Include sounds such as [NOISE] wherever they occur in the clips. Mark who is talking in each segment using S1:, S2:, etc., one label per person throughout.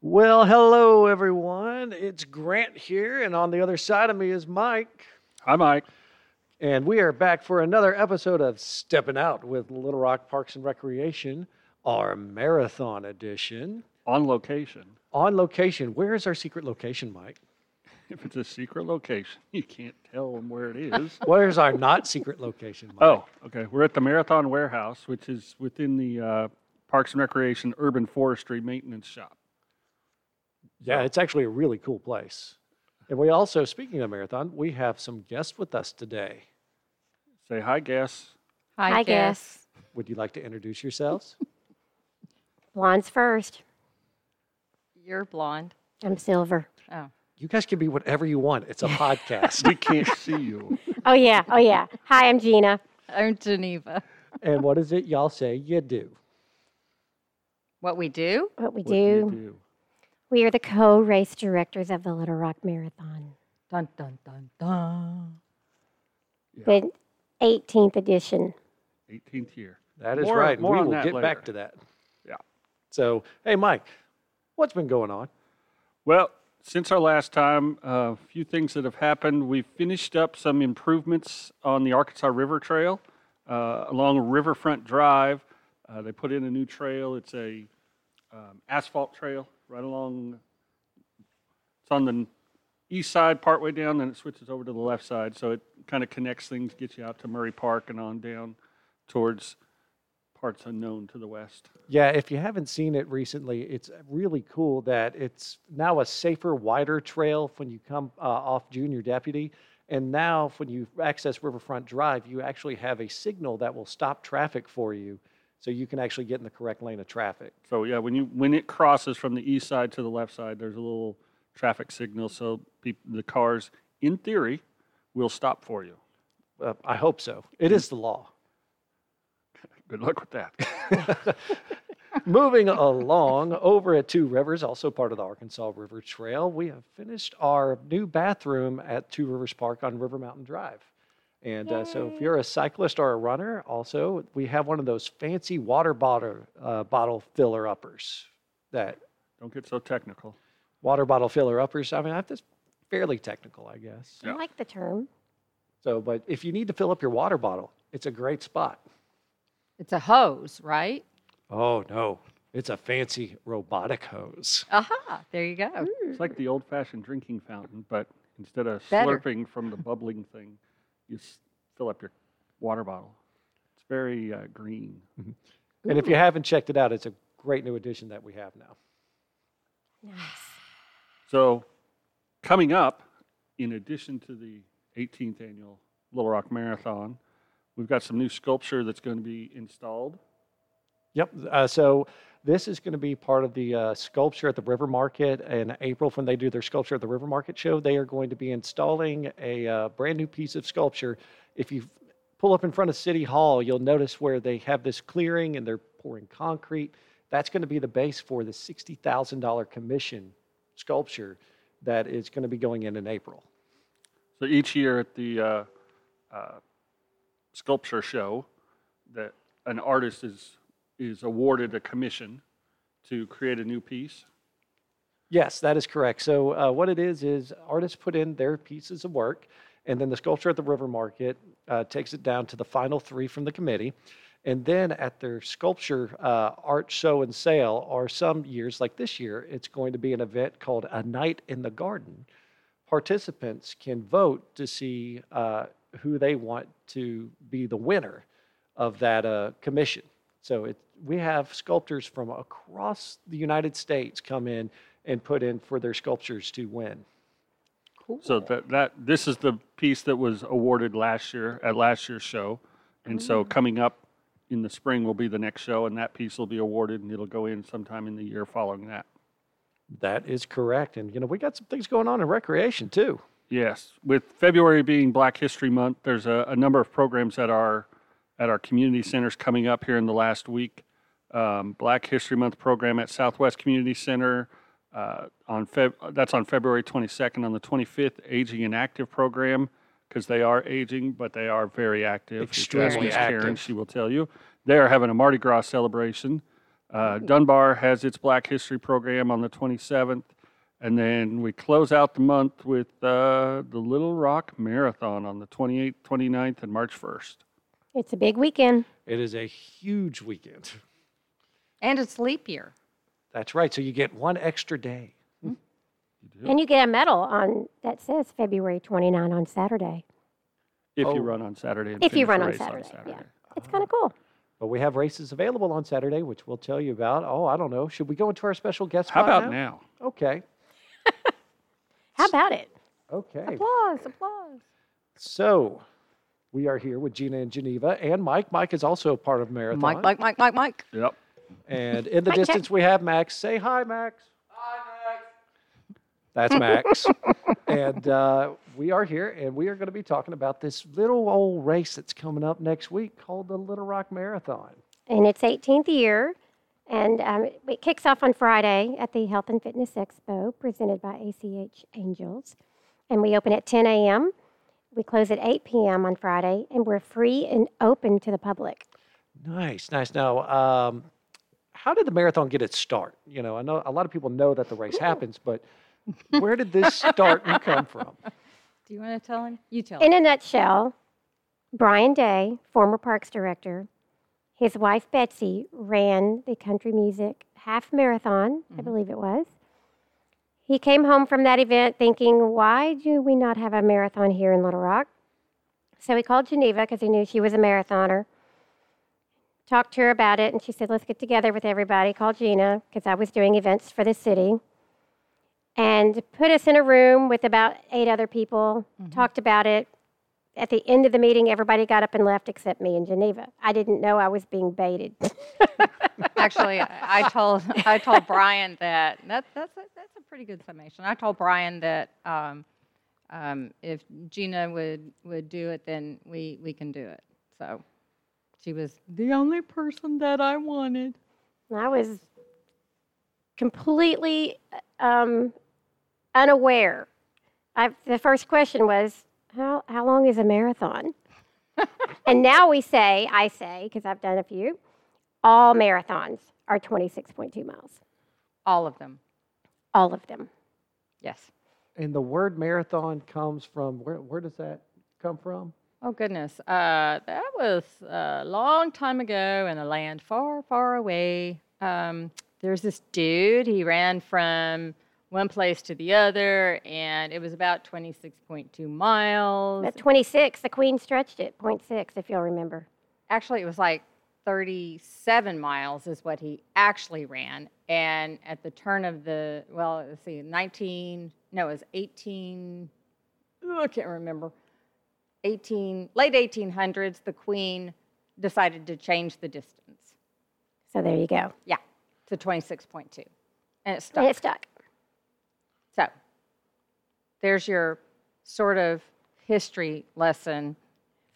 S1: Well, hello, everyone. It's Grant here, and on the other side of me is Mike.
S2: Hi, Mike.
S1: And we are back for another episode of Stepping Out with Little Rock Parks and Recreation, our marathon edition.
S2: On location. [LAUGHS]
S1: On location. Where is our secret location, Mike?
S2: If it's a secret location, you can't tell them where it is.
S1: Where's our not secret location, Mike?
S2: oh, okay. We're at the Marathon Warehouse, which is within the uh, Parks and Recreation Urban Forestry Maintenance Shop.
S1: Yeah, it's actually a really cool place. And we also, speaking of marathon, we have some guests with us today.
S2: Say hi, guess.
S3: I guess.
S1: Would you like to introduce yourselves?
S4: Blonde's first.
S3: You're blonde.
S4: I'm silver.
S3: Oh.
S1: You guys can be whatever you want. It's a [LAUGHS] podcast.
S2: We can't see you.
S4: Oh, yeah. Oh, yeah. Hi, I'm Gina.
S3: I'm Geneva.
S1: and what is it y'all say you do?
S3: What we do?
S4: What we
S2: What do you
S4: do,
S2: do?
S4: we are the co race directors of the Little Rock Marathon,
S3: Dun dun dun dun.
S2: Yeah.
S4: the 18th edition.
S2: 18th year.
S1: That is
S2: More-
S1: right. and
S2: more
S1: we
S2: on
S1: will
S2: that
S1: get
S2: later.
S1: back to that.
S2: Yeah.
S1: So, hey, Mike, what's been going on?
S2: Well, since our last time, a few things that have happened. We've finished up some improvements on the Arkansas River Trail uh, along Riverfront Drive. Uh, they put in a new trail. It's a um, asphalt trail right along. It's on the n- east side, partway down, then it switches over to the left side. So it kind of connects things, gets you out to Murray Park and on down towards parts unknown to the west.
S1: Yeah, if you haven't seen it recently, it's really cool that it's now a safer, wider trail when you come uh, off Junior Deputy. And now, when you access Riverfront Drive, you actually have a signal that will stop traffic for you so you can actually get in the correct lane of traffic.
S2: So yeah, when you when it crosses from the east side to the left side, there's a little traffic signal, so peop the cars, in theory, will stop for you.
S1: Uh, I hope so. It is the law.
S2: Good luck with that.
S1: [LAUGHS] Moving along, over at Two Rivers, also part of the Arkansas River Trail, we have finished our new bathroom at Two Rivers Park on River Mountain Drive. And uh, so, if you're a cyclist or a runner, also we have one of those fancy water bottle uh, bottle filler uppers. That
S2: Don't get so technical.
S1: water bottle filler uppers. I mean, I- that's fairly technical, I guess.
S2: Yeah.
S4: I like the term.
S1: So, but if you need to fill up your water bottle, it's a great spot.
S3: It's a hose, right?
S1: Oh no, it's a fancy robotic hose.
S3: Aha. There you go.
S2: It's like the old-fashioned drinking fountain, but instead of
S3: Better.
S2: slurping from the bubbling thing, you s- fill up your water bottle. It's very uh, green.
S1: And if you haven't checked it out, it's a great new addition that we have now.
S4: Nice.
S2: So, coming up, in addition to the 18th annual Little Rock Marathon, we've got some new sculpture that's going to be installed.
S1: Yep. Uh, so this is going to be part of the uh, sculpture at the River Market in April when they do their sculpture at the River Market show. They are going to be installing a uh, brand new piece of sculpture. If you pull up in front of City Hall, you'll notice where they have this clearing and they're pouring concrete. That's going to be the base for the sixty thousand dollar commission sculpture that is going to be going in in April.
S2: So each year at the uh, uh, sculpture show, that an artist is is awarded a commission to create a new piece.
S1: Yes, that is correct. So uh, what it is is artists put in their pieces of work, and then the sculpture at the River Market uh, takes it down to the final three from the committee, and then at their sculpture uh, art show and sale, or some years like this year, it's going to be an event called A Night in the Garden. Participants can vote to see uh, who they want to be the winner of that uh, commission. So it, we have sculptors from across the United States come in and put in for their sculptures to win.
S3: Cool.
S2: So that that this is the piece that was awarded last year at last year's show, and so coming up in the spring will be the next show, and that piece will be awarded, and it'll go in sometime in the year following that.
S1: That is correct. And, you know, we got some things going on in recreation too.
S2: Yes, with February being Black History Month, there's a, a number of programs at our at our community centers coming up here in the last week. Um, Black History Month program at Southwest Community Center uh, on Feb. That's on February 22nd. On the 25th, Aging and Active program because they are aging, but they are very active. If you ask
S1: Extremely
S2: Miss Karen,
S1: active.
S2: she will tell you they are having a Mardi Gras celebration. Uh, Dunbar has its Black History program on the 27th. And then we close out the month with uh, the Little Rock Marathon on the 28th, 29th, and March 1st.
S4: It's a big weekend.
S1: It is a huge weekend.
S3: And it's leap year.
S1: That's right. So you get one extra day.
S2: Yep.
S4: And you get a medal on that says February 29 on Saturday.
S2: If
S1: Oh.
S2: you run on Saturday. And
S4: If you
S2: finish
S4: run
S2: the
S4: on
S2: race
S4: Saturday, yeah. It's kind
S2: Ah.
S4: of cool.
S1: But we have races available on Saturday, which we'll tell you about. Oh, I don't know. Should we go into our special guest
S2: How
S1: spot
S2: about now?
S1: Okay.
S4: How about it?
S1: Okay.
S3: Applause, applause.
S1: So we are here with Gina and Geneva and Mike. Mike is also part of Marathon.
S3: Mike, Mike, Mike, Mike, Mike.
S2: Yep.
S1: And in the
S4: Mike, check.
S1: distance, we have Max. Say hi, Max. Hi,
S3: [LAUGHS]
S1: Max. That's Max. and uh, we are here, and we are going to be talking about this little old race that's coming up next week called the Little Rock Marathon.
S4: in its 18th year. And um, it- it kicks off on Friday at the Health and Fitness Expo presented by ACH Angels. And we open at 10 a.m. We close at 8 p.m. on Friday, and we're free and open to the public.
S1: Nice, nice. Now, um, how did the marathon get its start? You know, I know a lot of people know that the race happens, but where did this start and come from?
S3: Do you want to tell him? You
S4: [LAUGHS]
S3: tell him.
S4: In a nutshell, Brian Day, former parks director, his wife Betsy ran the country music half marathon, I believe it was. He came home from that event thinking, why do we not have a marathon here in Little Rock? So he called Geneva because he knew she was a marathoner. Talked to her about it, and she said, let's get together with everybody. Called Gina because I was doing events for the city and put us in a room with about eight other people, talked about it. At the end of the meeting, everybody got up and left except me and Geneva. I didn't know I was being baited. [LAUGHS]
S5: Actually, I I told I told Brian that that that's a, that's a pretty good summation. I told Brian that um, um, if Gina would would do it, then we we can do it. So she was
S3: the only person that I wanted.
S4: And I was completely um, unaware. I, the first question was, how, how long is a marathon? and now we say, I say, because I've done a few, all marathons are 26.2 miles,
S5: all of them.
S4: all of them.
S5: Yes.
S1: And the word marathon comes from where? Where does that come from?
S5: Oh goodness, uh, that was a long time ago in a land far, far away. Um, there's this dude. He ran from one place to the other, and it was about 26.2 miles.
S4: At 26, the queen stretched it, 0.6, if you'll remember.
S5: actually it was like 37 miles is what he actually ran and at the turn of the well let's see 19 no it was 18 oh, i can't remember 18 late 1800s the queen decided to change the distance
S4: So there you go.
S5: yeah to 26.2 and it stuck
S4: And it stuck.
S5: so there's your sort of history lesson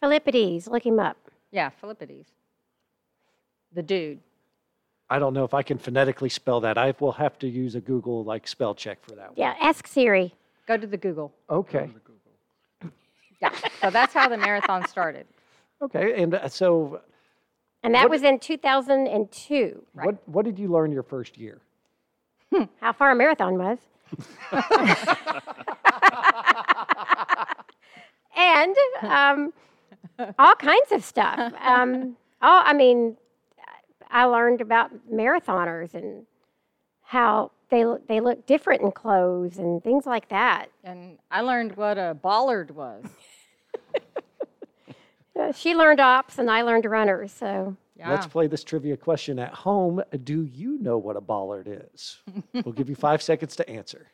S4: Philippides, look him up.
S5: yeah philippides the dude
S1: I don't know if I can phonetically spell that. I will have to use a Google like spell check for that.
S4: Yeah, ask Siri.
S5: go to the google
S1: One. Okay.
S5: Yeah. So that's how the marathon started.
S1: Okay. And uh, so,
S4: And that was in 2002,
S1: what what did you learn your first year?
S4: how far a marathon was. [LAUGHS] and um, all kinds of stuff. Um, all, I mean, I learned about marathoners and how they, look- they look different in clothes and things like that.
S5: And I learned what a bollard was.
S4: Uh, She learned ops and I learned runners, so.
S5: Yeah.
S1: Let's play this trivia question at home. Do you know what a bollard [LAUGHS] is? we'll give you five seconds to answer.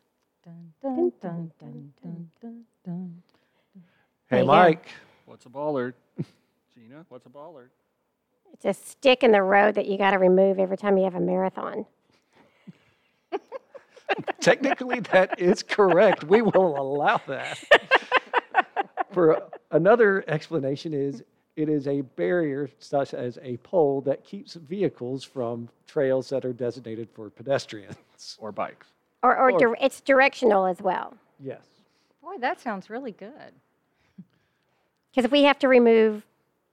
S5: Dun, dun, dun, dun, dun, dun, dun.
S1: Hey,
S4: Yeah.
S1: Mike.
S2: What's a baller? [LAUGHS] Gina, what's a baller?
S4: It's a stick in the road that you got to remove every time you have a marathon.
S1: Technically, that is correct. We will allow [LAUGHS] that. For another explanation is it is a barrier such as a pole that keeps vehicles from trails that are designated for pedestrians.
S2: Or bikes?
S4: Or, or,
S1: Or-
S4: dir- it's directional as well.
S1: Yes.
S5: Boy, that sounds really good.
S4: Because we have to remove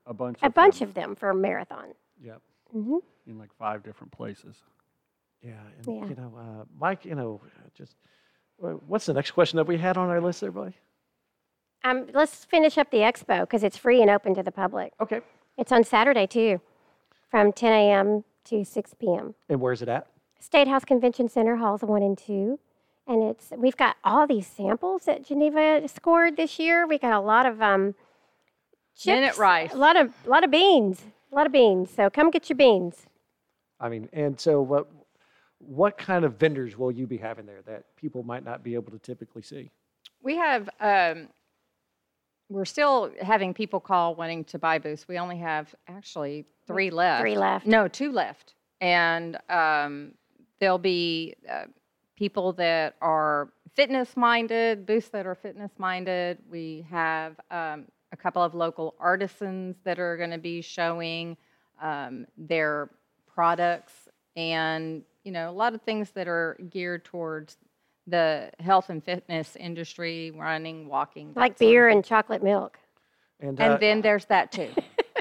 S2: A bunch
S4: a
S2: of
S4: bunch
S2: them.
S4: of them for a marathon.
S1: Yep.
S4: Mhm.
S2: in like five different places.
S1: Yeah, and
S4: Yeah.
S1: you know, uh, Mike, you know, just wha- what's the next question that we had on our list, there, everybody?
S4: Um, let's finish up the expo because it's free and open to the public.
S1: Okay,
S4: It's on Saturday too, from 10 a.m. to 6 p.m.
S1: and where is it at?
S4: State House Convention Center halls one and two, and it's we've got all these samples that Geneva scored this year. We got a lot of um, chips,
S5: Minute rice.
S4: a lot of a lot of beans, a lot of beans. So come get your beans.
S1: I mean, and so what? What kind of vendors will you be having there that people might not be able to typically see?
S5: We have, um, we're still having people call wanting to buy booths. We only have actually three left.
S4: left.
S5: No, two left. And um, there'll be uh, people that are fitness minded, booths that are fitness minded. We have um, a couple of local artisans that are going to be showing um, their products and, you know, a lot of things that are geared towards the health and fitness industry, running, walking. that
S4: Like
S5: sort of
S4: beer
S5: thing.
S4: and chocolate milk.
S1: uh,
S5: And then there's that
S4: [LAUGHS]
S5: too.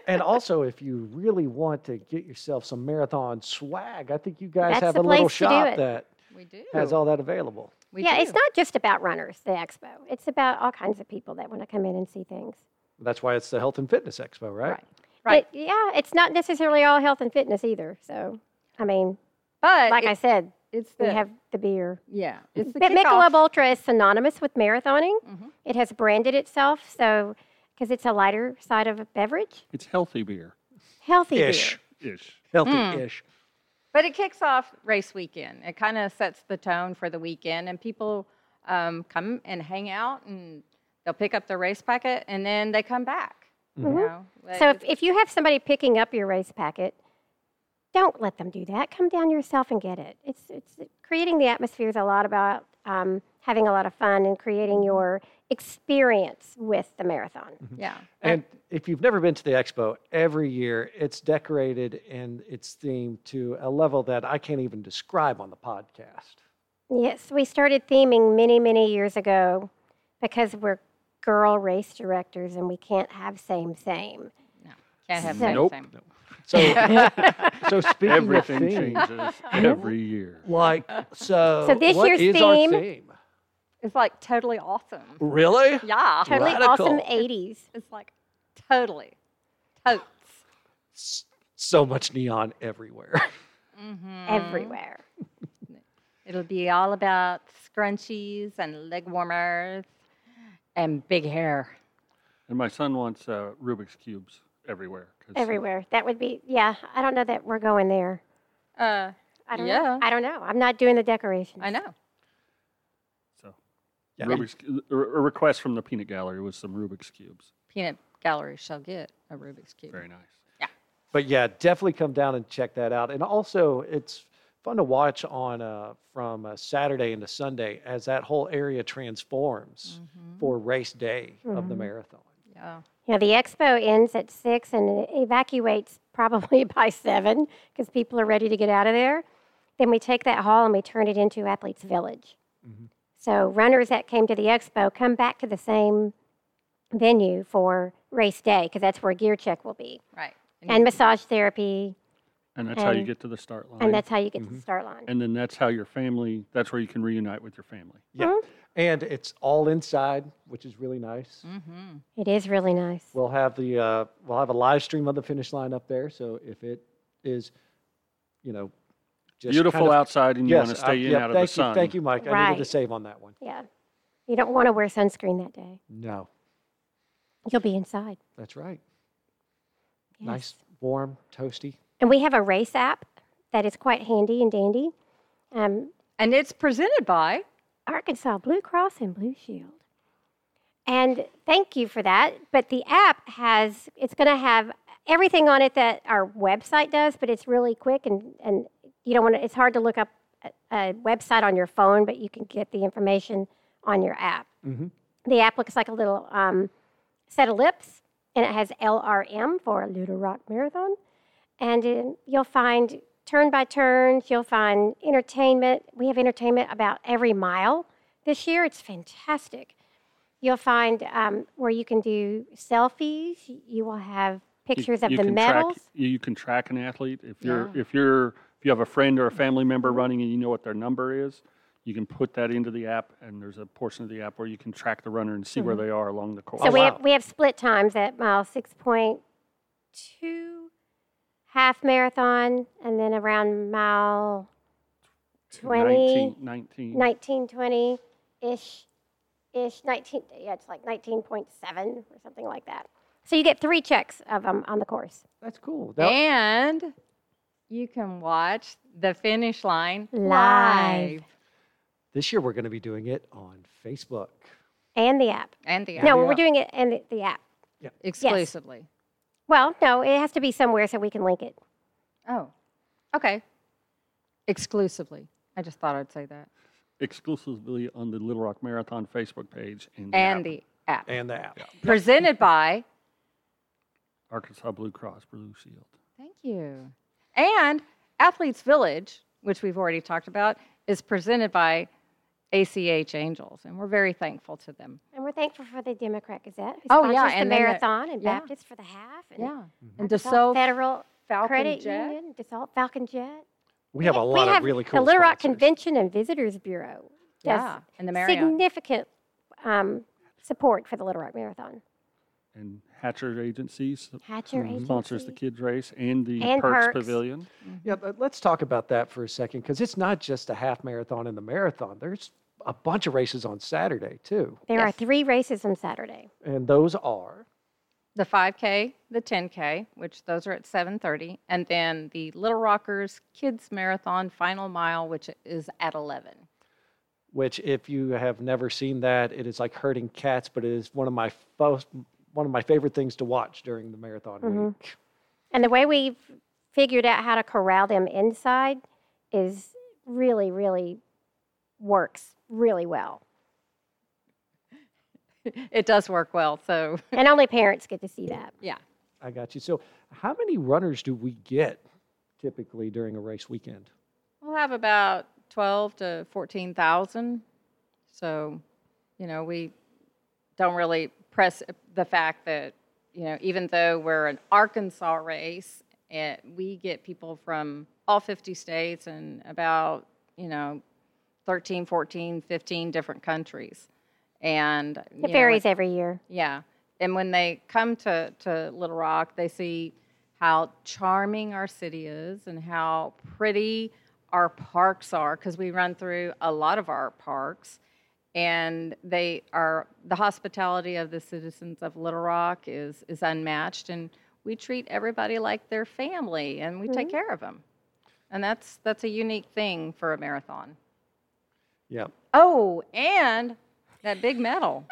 S1: and also, if you really want to get yourself some marathon swag, I think you guys
S4: That's
S1: have a
S4: the
S1: little
S4: place to do
S1: shop
S4: it.
S1: that
S5: We do.
S1: has all that available.
S5: We
S4: yeah,
S5: do.
S4: it's not just about runners. The expo. It's about all kinds of people that want to come in and see things.
S1: That's why it's the Health and Fitness Expo, right?
S5: Right. Right.
S4: But, yeah, it's not necessarily all health and fitness either. So, I mean,
S5: But
S4: like
S5: it-
S4: I said,
S5: it's the
S4: we have the beer.
S5: yeah. It's the
S4: But
S5: kickoff. Mm-hmm.
S4: Michelob Ultra is synonymous with marathoning. It has branded itself so because it's a lighter side of a beverage,
S2: It's healthy beer
S4: healthy
S1: Ish,
S4: beer.
S2: ish.
S4: Mm.
S1: healthy ish.
S5: But it kicks off race weekend. It kind of sets the tone for the weekend, and people um, come and hang out, and they'll pick up their race packet, and then they come back.
S2: Mm-hmm.
S5: You know, Like,
S4: So if, if you have somebody picking up your race packet, don't let them do that. Come down yourself and get it. It's it's creating the atmosphere is a lot about um, having a lot of fun and
S5: Mm-hmm.
S4: creating your experience with the marathon.
S5: yeah,
S1: And if you've never been to the expo, every year it's decorated and it's themed to a level that I can't even describe on the podcast.
S5: Mm-hmm.
S4: Yes, we started theming many, many years ago because we're girl race directors and we can't have same same.
S5: can't have
S4: So-
S5: same
S2: Nope.
S5: same.
S4: [LAUGHS]
S1: So, so speaking
S2: Everything
S1: of theme, [LAUGHS]
S2: changes every year.
S1: like so,
S4: So this
S1: what
S4: year's
S1: is our
S4: theme-
S1: theme?
S5: It's like totally awesome.
S1: Really?
S5: Yeah,
S4: Totally awesome
S1: Radical.
S4: 80s.
S5: it's like totally, totes.
S1: S- So much neon everywhere.
S5: Mm-hmm.
S4: everywhere.
S5: It'll be all about scrunchies and leg warmers and big hair.
S2: And my son wants uh, Rubik's cubes everywhere. 'cause, uh,
S4: Everywhere. That would be yeah, I don't know that we're going there.
S5: Uh,
S4: I don't
S5: Yeah.
S4: know. I don't know. I'm not doing the decorations.
S5: I know.
S2: So,
S1: Yeah.
S2: Rubik's, cu- a a request from the peanut gallery was some Rubik's cubes.
S5: Peanut Gallery shall get a Rubik's cube.
S2: Very nice.
S1: but yeah, definitely come down and check that out. And also, it's fun to watch on uh, from uh, Saturday into Sunday as that whole area transforms
S4: Mm-hmm.
S1: for race day of the marathon.
S5: Mm-hmm. Yeah.
S4: You know, the expo ends at six and it evacuates [LAUGHS] probably by seven because people are ready to get out of there. Then we take that hall and we turn it into Athletes Village. So runners that came to the expo come back to the same venue for race day because that's where gear check will be
S5: Right. And
S4: and massage therapy
S2: And that's how you
S4: And-
S2: get to the start line.
S4: and that's how you get to the start line.
S2: and then that's how your family, that's where you can reunite with your family.
S1: Yeah.
S4: Mm-hmm.
S1: And it's all inside, which is really nice.
S4: Mm.
S5: Mm-hmm.
S4: It is really nice.
S1: We'll have the uh, we'll have a live stream of the finish line up there. So if it is, you know, just
S2: Beautiful
S1: kind of-
S2: outside, and you
S1: yes,
S2: want to
S1: I-
S2: stay in
S1: yeah,
S2: out of
S1: thank
S2: the sun.
S1: You, thank you, Mike. I needed
S4: Right.
S1: to save on that one.
S4: Yeah. You don't want to wear sunscreen that day.
S1: No,
S4: You'll be inside.
S1: that's right.
S4: Yes.
S1: Nice, warm, toasty.
S4: And we have a race app that is quite handy and dandy. Um,
S5: And it's presented by
S4: Arkansas Blue Cross and Blue Shield. And thank you for that. But the app has, it's going to have everything on it that our website does, but it's really quick and, and you don't want to, it's hard to look up a, a website on your phone, but you can get the information on your app.
S1: Mm-hmm.
S4: The app looks like a little um, set of lips and it has LRM for Little Rock Marathon. And um, you'll find turn by turns, you'll find entertainment. We have entertainment about every mile this year. It's fantastic. You'll find um, where you can do selfies. You will have
S2: You-
S4: pictures of
S2: you
S4: the
S2: can track-
S4: medals.
S2: you, you can track an athlete if you're if you're if you have a friend or a family member running and you know what their number is. You can put that into the app, and there's a portion of the app where you can track the runner and see where they are along the course.
S4: Mm-hmm. So we have we have split times at mile six point two, half marathon, and then around mile
S2: 19,
S4: 20,
S2: 19.
S4: 19, 20 ish, ish nineteen. Yeah, it's like nineteen point seven or something like that. So you get three checks of them on the course
S1: That's cool. That-
S5: And you can watch the finish line
S4: Live.
S5: live.
S1: this year we're going to be doing it on Facebook.
S4: and the app.
S5: And the
S4: No,
S5: app
S4: we're doing it and the, the app.
S5: exclusively.
S4: Well, no, it has to be somewhere so we can link it.
S5: Oh, okay. Exclusively. I just thought I'd say that.
S2: exclusively on the Little Rock Marathon Facebook page and, the
S5: And
S2: app,
S5: the app.
S1: And the app.
S5: Presented by,
S2: Arkansas Blue Cross Blue Shield.
S5: thank you. And Athletes Village, which we've already talked about, is presented by ACH Angels. And we're very thankful to them.
S4: And we're thankful for the Democrat Gazette, who
S5: Oh, yeah,
S4: sponsors the
S5: and then the-
S4: marathon, and
S5: yeah.
S4: Baptist for the half, and
S5: Yeah. And
S4: Arkansas
S5: DeSalle
S4: Federal
S5: Falcon
S4: Credit
S5: Jet.
S4: Union, DeSault Falcon Jet.
S1: We have a lot of really cool
S4: The Little Rock
S1: sponsors.
S4: Convention and Visitors Bureau
S5: Yeah.
S4: does
S5: And the Marriott.
S4: significant um, support for the Little Rock Marathon.
S2: And Hatcher Agencies
S4: Hatcher
S1: Mm, Mm-hmm.
S2: sponsors the
S4: Agency.
S2: kids race and the
S4: And
S2: Perks,
S4: Perks.
S2: Pavilion.
S1: Yeah, but let's talk about that for a second because it's not just a half marathon and the marathon. There's a bunch of races on Saturday too,
S4: There are
S5: Yes.
S4: three races on Saturday.
S1: and those are
S5: the 5K, the 10K, which those are at 7:30, and then the Little Rockers Kids Marathon Final Mile, which is at 11.
S1: which if you have never seen that, it is like herding cats, but it is one of my fo- one of my favorite things to watch during the marathon
S4: Mm-hmm.
S1: week.
S4: And the way we've figured out how to corral them inside is really, really works really well.
S5: It does work well, so
S4: And only parents get to see that.
S5: yeah.
S1: I got you. So, how many runners do we get typically during a race weekend?
S5: We'll have about 12 to 14,000. So, you know, we don't really press the fact that, you know, even though we're an Arkansas race, it, we get people from all 50 states and about, you know, 13, 14, 15 different countries. And you know,
S4: It varies every year.
S5: yeah. And when they come to, to Little Rock, they see how charming our city is and how pretty our parks are because we run through a lot of our parks. And they are the hospitality of the citizens of Little Rock is, is unmatched. And we treat everybody like their family and we take care of them. And that's, that's a unique thing for a marathon.
S1: Yeah.
S5: Oh, and that big medal.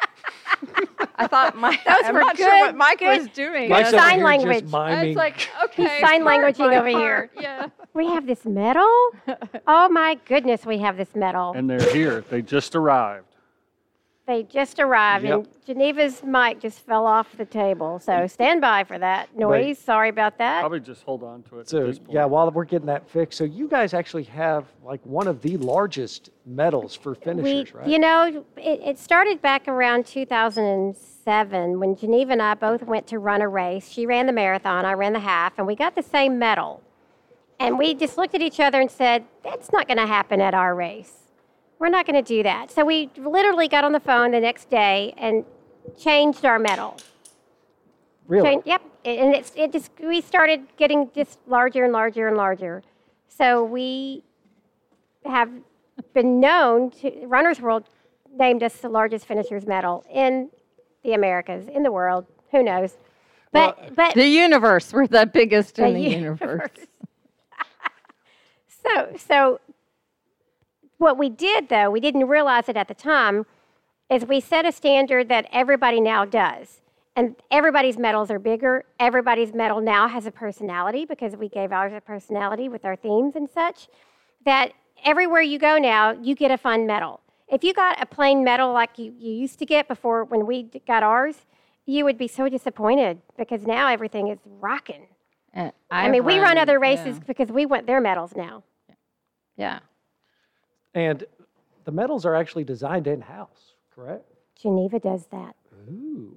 S5: I thought Mike.
S4: Those
S5: I'm
S4: were
S5: not sure what
S4: good-
S5: Mike
S4: good-
S5: was doing.
S1: Mike's over
S5: I was
S1: here
S4: Sign
S1: just
S4: language.
S5: I was
S1: miming.
S5: like, okay. part
S4: sign languaging
S5: by
S4: over here.
S5: part,
S4: [LAUGHS]
S5: Yeah.
S4: We have
S5: [LAUGHS]
S4: this medal. oh my goodness, we have this medal.
S2: And they're here. They just arrived.
S4: They just arrived,
S1: Yep. Mm.
S4: and Geneva's mic just fell off the table. So stand by for that noise. Sorry about that.
S2: Probably just hold on to it at
S1: So
S2: this point.
S1: yeah, while we're getting that fixed, so you guys actually have like one of the largest medals for finishers, right?
S4: you know, it, it started back around 2007 when Geneva and I both went to run a race. She ran the marathon, I ran the half, and we got the same medal. And we just looked at each other and said, That's not going to happen at our race. We're not going to do that. So we literally got on the phone the next day and changed our medal.
S1: really?
S4: Chain- yep, a- and it's it just we started getting just larger and larger and larger. So we have been known to Runner's World named us the largest finishers medal in the Americas, in the world. Who knows? But but
S5: The universe. We're the biggest in
S4: The
S5: the
S4: universe.
S5: universe.
S4: So, so what we did though, we didn't realize it at the time, is we set a standard that everybody now does. And everybody's medals are bigger. Everybody's medal now has a personality because we gave ours a personality with our themes and such. That everywhere you go now, you get a fun medal. If you got a plain medal like you, you used to get before when we d- got ours, you would be so disappointed because now everything is rocking.
S5: And
S4: I
S5: Uh, I've
S4: mean, we run other
S5: yeah,
S4: races because we want their medals now.
S5: Yeah.
S1: And the medals are actually designed in house, correct?
S4: Geneva does that.
S1: Ooh.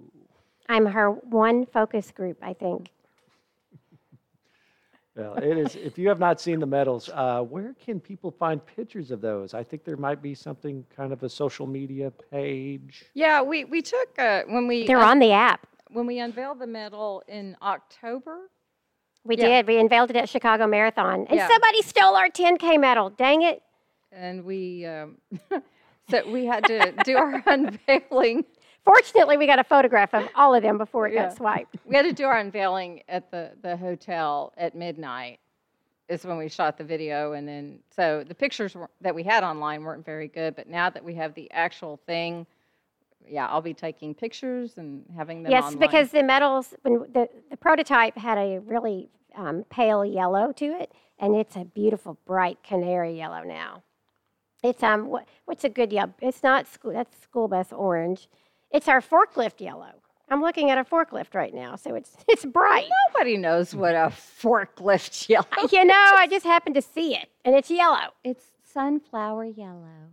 S4: I'm her one focus group, I think.
S1: Well, it is. If you have not seen the medals, uh, where can people find pictures of those? I think there might be something kind of a social media page.
S5: Yeah, we, we took, uh, when we.
S4: They're
S5: un-
S4: on the app.
S5: When we unveiled the medal in October,
S4: We
S5: Yeah.
S4: did. We unveiled it at Chicago Marathon, and
S5: Yeah.
S4: somebody stole our 10K medal. Dang it.
S5: and we, um, [LAUGHS] so we had to do our [LAUGHS] unveiling
S4: Fortunately, we got a photograph of all of them before it
S5: Yeah.
S4: got swiped.
S5: we had to do our unveiling at the, the hotel at midnight is when we shot the video and then so the pictures were, that we had online weren't very good but now that we have the actual thing yeah i'll be taking pictures and having them
S4: yes,
S5: online.
S4: because the medals, when the, the prototype had a really um, pale yellow to it, and it's a beautiful, bright canary yellow now. It's um, what, what's a good yellow? It's not school. That's school bus orange. It's our forklift yellow. I'm looking at a forklift right now, so it's [LAUGHS] it's bright.
S5: nobody knows what a forklift yellow
S4: you know, I just happened to see it, and it's yellow.
S5: it's sunflower yellow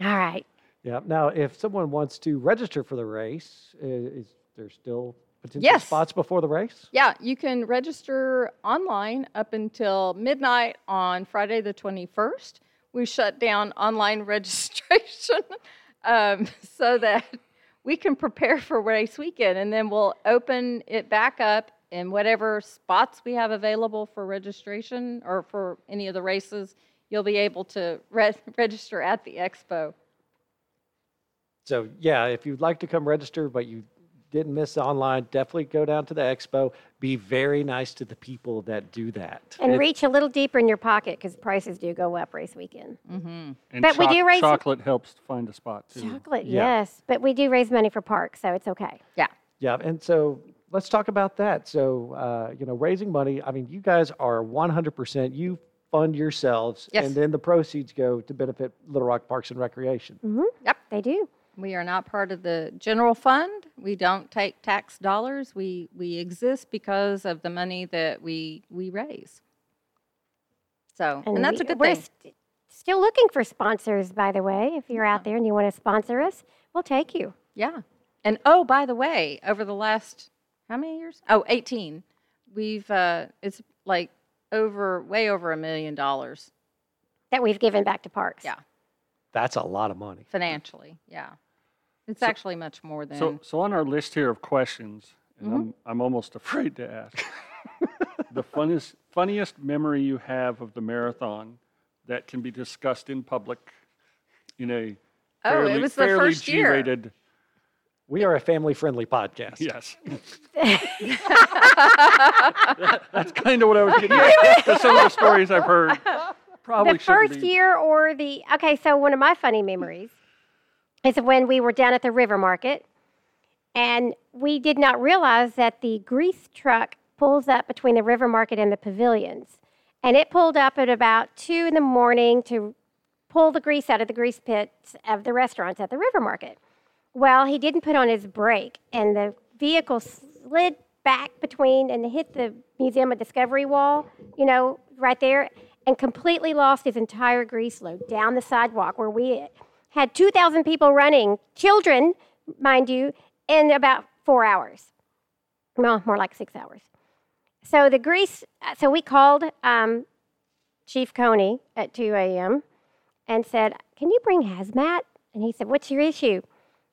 S4: All right.
S1: Yeah. Now, if someone wants to register for the race, i- is there still potential
S5: Yes.
S1: spots before the race?
S5: Yeah, you can register online up until midnight on Friday the 21st. We shut down online [LAUGHS] registration um, so that we can prepare for race weekend and then we'll open it back up in whatever spots we have available for registration or for any of the races. You'll be able to re- register at the expo.
S1: So, yeah, if you'd like to come register, but you didn't miss online, definitely go down to the expo. Be very nice to the people that do that.
S4: And
S1: It-
S4: reach a little deeper in your pocket because prices do go up race weekend.
S2: And
S4: But we do
S2: choc-
S4: raise-
S2: chocolate helps find a spot too.
S4: Chocolate,
S1: Yeah.
S4: yes, but we do raise money for parks, so it's okay.
S5: Yeah.
S1: Yeah, and so let's talk about that. So, uh, you know, raising money. I mean, you guys are 100%. You fund yourselves,
S5: Yes.
S1: and then the proceeds go to benefit Little Rock Parks and Recreation.
S5: Mm-hmm.
S4: They do.
S5: We are not part of the general fund. We don't take tax dollars. We, we exist because of the money that we, we raise. So, and that's a
S4: we-
S5: good
S4: we're
S5: thing.
S4: st- still looking for sponsors, by the way. If you're out there and you want to sponsor us, we'll take you.
S5: Yeah. And oh, by the way, over the last, how many years? Oh, 18. We've, uh, it's like over, way over a million dollars
S4: That we've given back to parks.
S5: Yeah.
S1: That's a lot of money.
S5: financially. Yeah. It's actually much more than.
S2: So, so on our list here of questions, and I'm,
S4: Mm-hmm.
S2: I'm almost [LAUGHS] afraid to ask. the funniest, funniest memory you have of the marathon that can be discussed in public in a
S5: Oh, it
S2: fairly,
S5: was the
S2: fairly
S5: first year.
S2: G-rated,
S1: We are a family-friendly podcast.
S5: [LAUGHS]
S2: yes. That's kind of what I
S5: [LAUGHS]
S2: was getting at. That's some of the stories I've heard. Probably
S4: The
S2: shouldn't
S4: first
S2: be.
S4: year or the, okay, so one of my funny memories is when we were down at the river market and we did not realize that the grease truck pulls up between the river market and the pavilions. And it pulled up at about two in the morning to pull the grease out of the grease pits of the restaurants at the river market. Well, he didn't put on his brake, and the vehicle slid back between and hit the Museum of Discovery wall, you know, right there, and completely lost his entire grease load down the sidewalk where we had 2,000 people running, children, mind you, in about four hours. Well, more like six hours. So the grease, uh, so we called um, Chief Coney at 2 a.m. and said, Can you bring hazmat? And he said, What's your issue?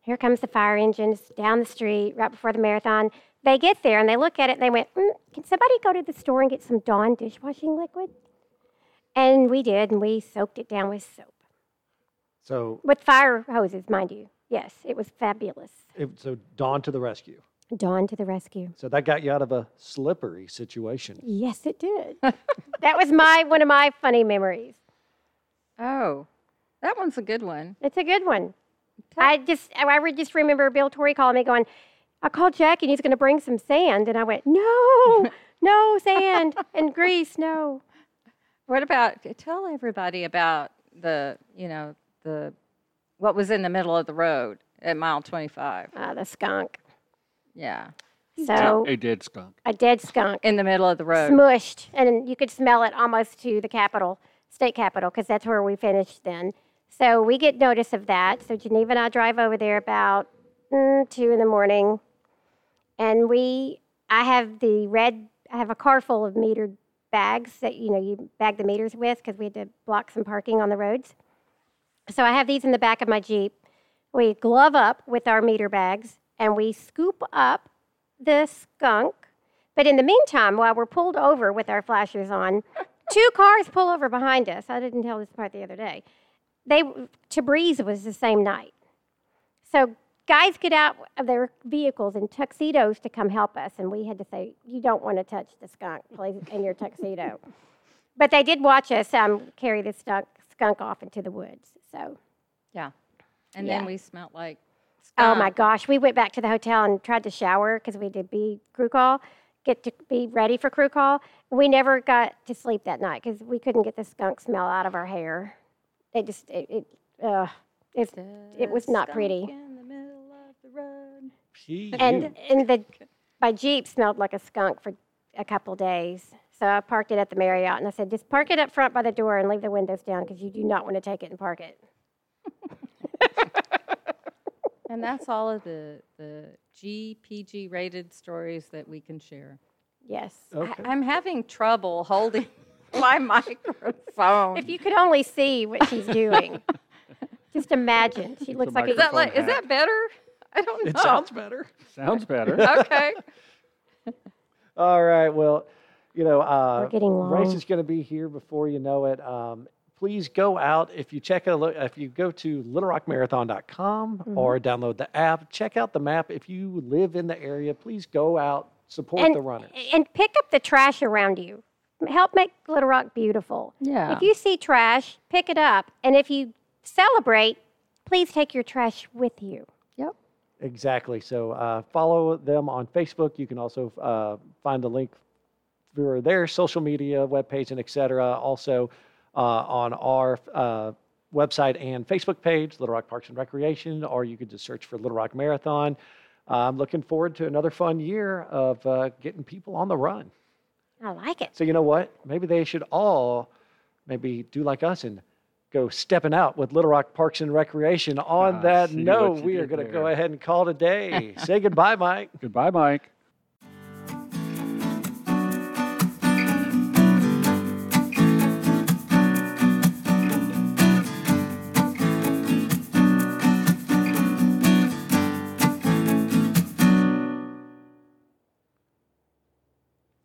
S4: Here comes the fire engines down the street right before the marathon. They get there and they look at it and they went, mm, Can somebody go to the store and get some Dawn dishwashing liquid? And we did, and we soaked it down with soap.
S1: So,
S4: With fire hoses, mind you. Yes, it was fabulous.
S1: it, so Dawn to the rescue.
S4: Dawn to the rescue.
S1: So that got you out of a slippery situation.
S4: Yes, it did. [LAUGHS] that was my one of my funny memories.
S5: [LAUGHS] oh, that one's a good one.
S4: It's a good one. I just I re- just remember Bill Torrey calling me going, I called Jack and he's going to bring some sand, and I went, [LAUGHS] no, no sand and grease, no.
S5: What about tell everybody about the you know the what was in the middle of the road at mile 25?
S4: Uh, the skunk.
S5: Yeah,
S4: So
S2: A dead
S4: [LAUGHS]
S2: skunk.
S4: a dead skunk,
S5: in the middle of the road.
S4: smushed, and you could smell it almost to the Capitol, state Capitol, because that's where we finished then. So we get notice of that. So Geneva and I drive over there about mm, two in the morning, and we I have the red. I have a car full of metered bags that you know you bag the meters with because we had to block some parking on the roads. So I have these in the back of my Jeep. We glove up with our meter bags and we scoop up the skunk. But in the meantime, while we're pulled over with our flashers on, two cars pull over behind us. I didn't tell this part the other day. They Tabriz was the same night. So guys get out of their vehicles in tuxedos to come help us, and we had to say, "You don't want to touch the skunk, please, in your tuxedo." but they did watch us um, carry the skunk, skunk off into the woods. So,
S5: Yeah. And
S4: Yeah.
S5: then we smelt like.
S4: oh my
S5: skunk.
S4: gosh, we went back to the hotel and tried to shower because we did be crew call, get to be ready for crew call. We never got to sleep that night because we couldn't get the skunk smell out of our hair. It just it it, uh, it it was
S5: The
S4: not
S5: skunk
S4: pretty.
S5: in the middle of the road.
S1: P.
S4: And and the my Jeep smelled like a skunk for a couple days. So I parked it at the Marriott and I said, just park it up front by the door and leave the windows down because you do not want to take it and park it.
S5: And that's all of the, the GPG rated stories that we can share.
S4: Yes.
S1: Okay.
S5: I, am having trouble holding [LAUGHS] my microphone.
S4: If you could only see what she's doing. just imagine. She looks like a
S5: is that like, is
S2: Microphone
S5: that better? I don't know.
S1: It sounds better.
S2: Sounds better.
S5: okay.
S1: All right. Well, you know, uh,
S4: We're getting
S1: race
S4: long.
S1: is going to be here before you know it. Um, please go out if you check a look if you go to littlerockmarathon.com
S4: Mm-hmm.
S1: or download the app. Check out the map if you live in the area. Please go out support
S4: and,
S1: the runners.
S4: and pick up the trash around you. Help make Little Rock beautiful.
S5: Yeah.
S4: If you see trash, pick it up. And if you celebrate, please take your trash with you.
S1: Exactly. So uh, follow them on Facebook. You can also uh, find the link through their social media, webpage, and et cetera. Also uh, on our uh, website and Facebook page, Little Rock Parks and Recreation, or you could just search for Little Rock Marathon. I'm looking forward to another fun year of uh, getting people on the run.
S4: I like it.
S1: So you know what? Maybe they should all maybe do like us and go stepping out with Little Rock Parks and Recreation. On
S2: Ah, I
S1: that
S2: see what
S1: note,
S2: you
S1: we are
S2: did
S1: going to go
S2: there.
S1: ahead and call today. Say goodbye, Mike.
S2: Goodbye, Mike.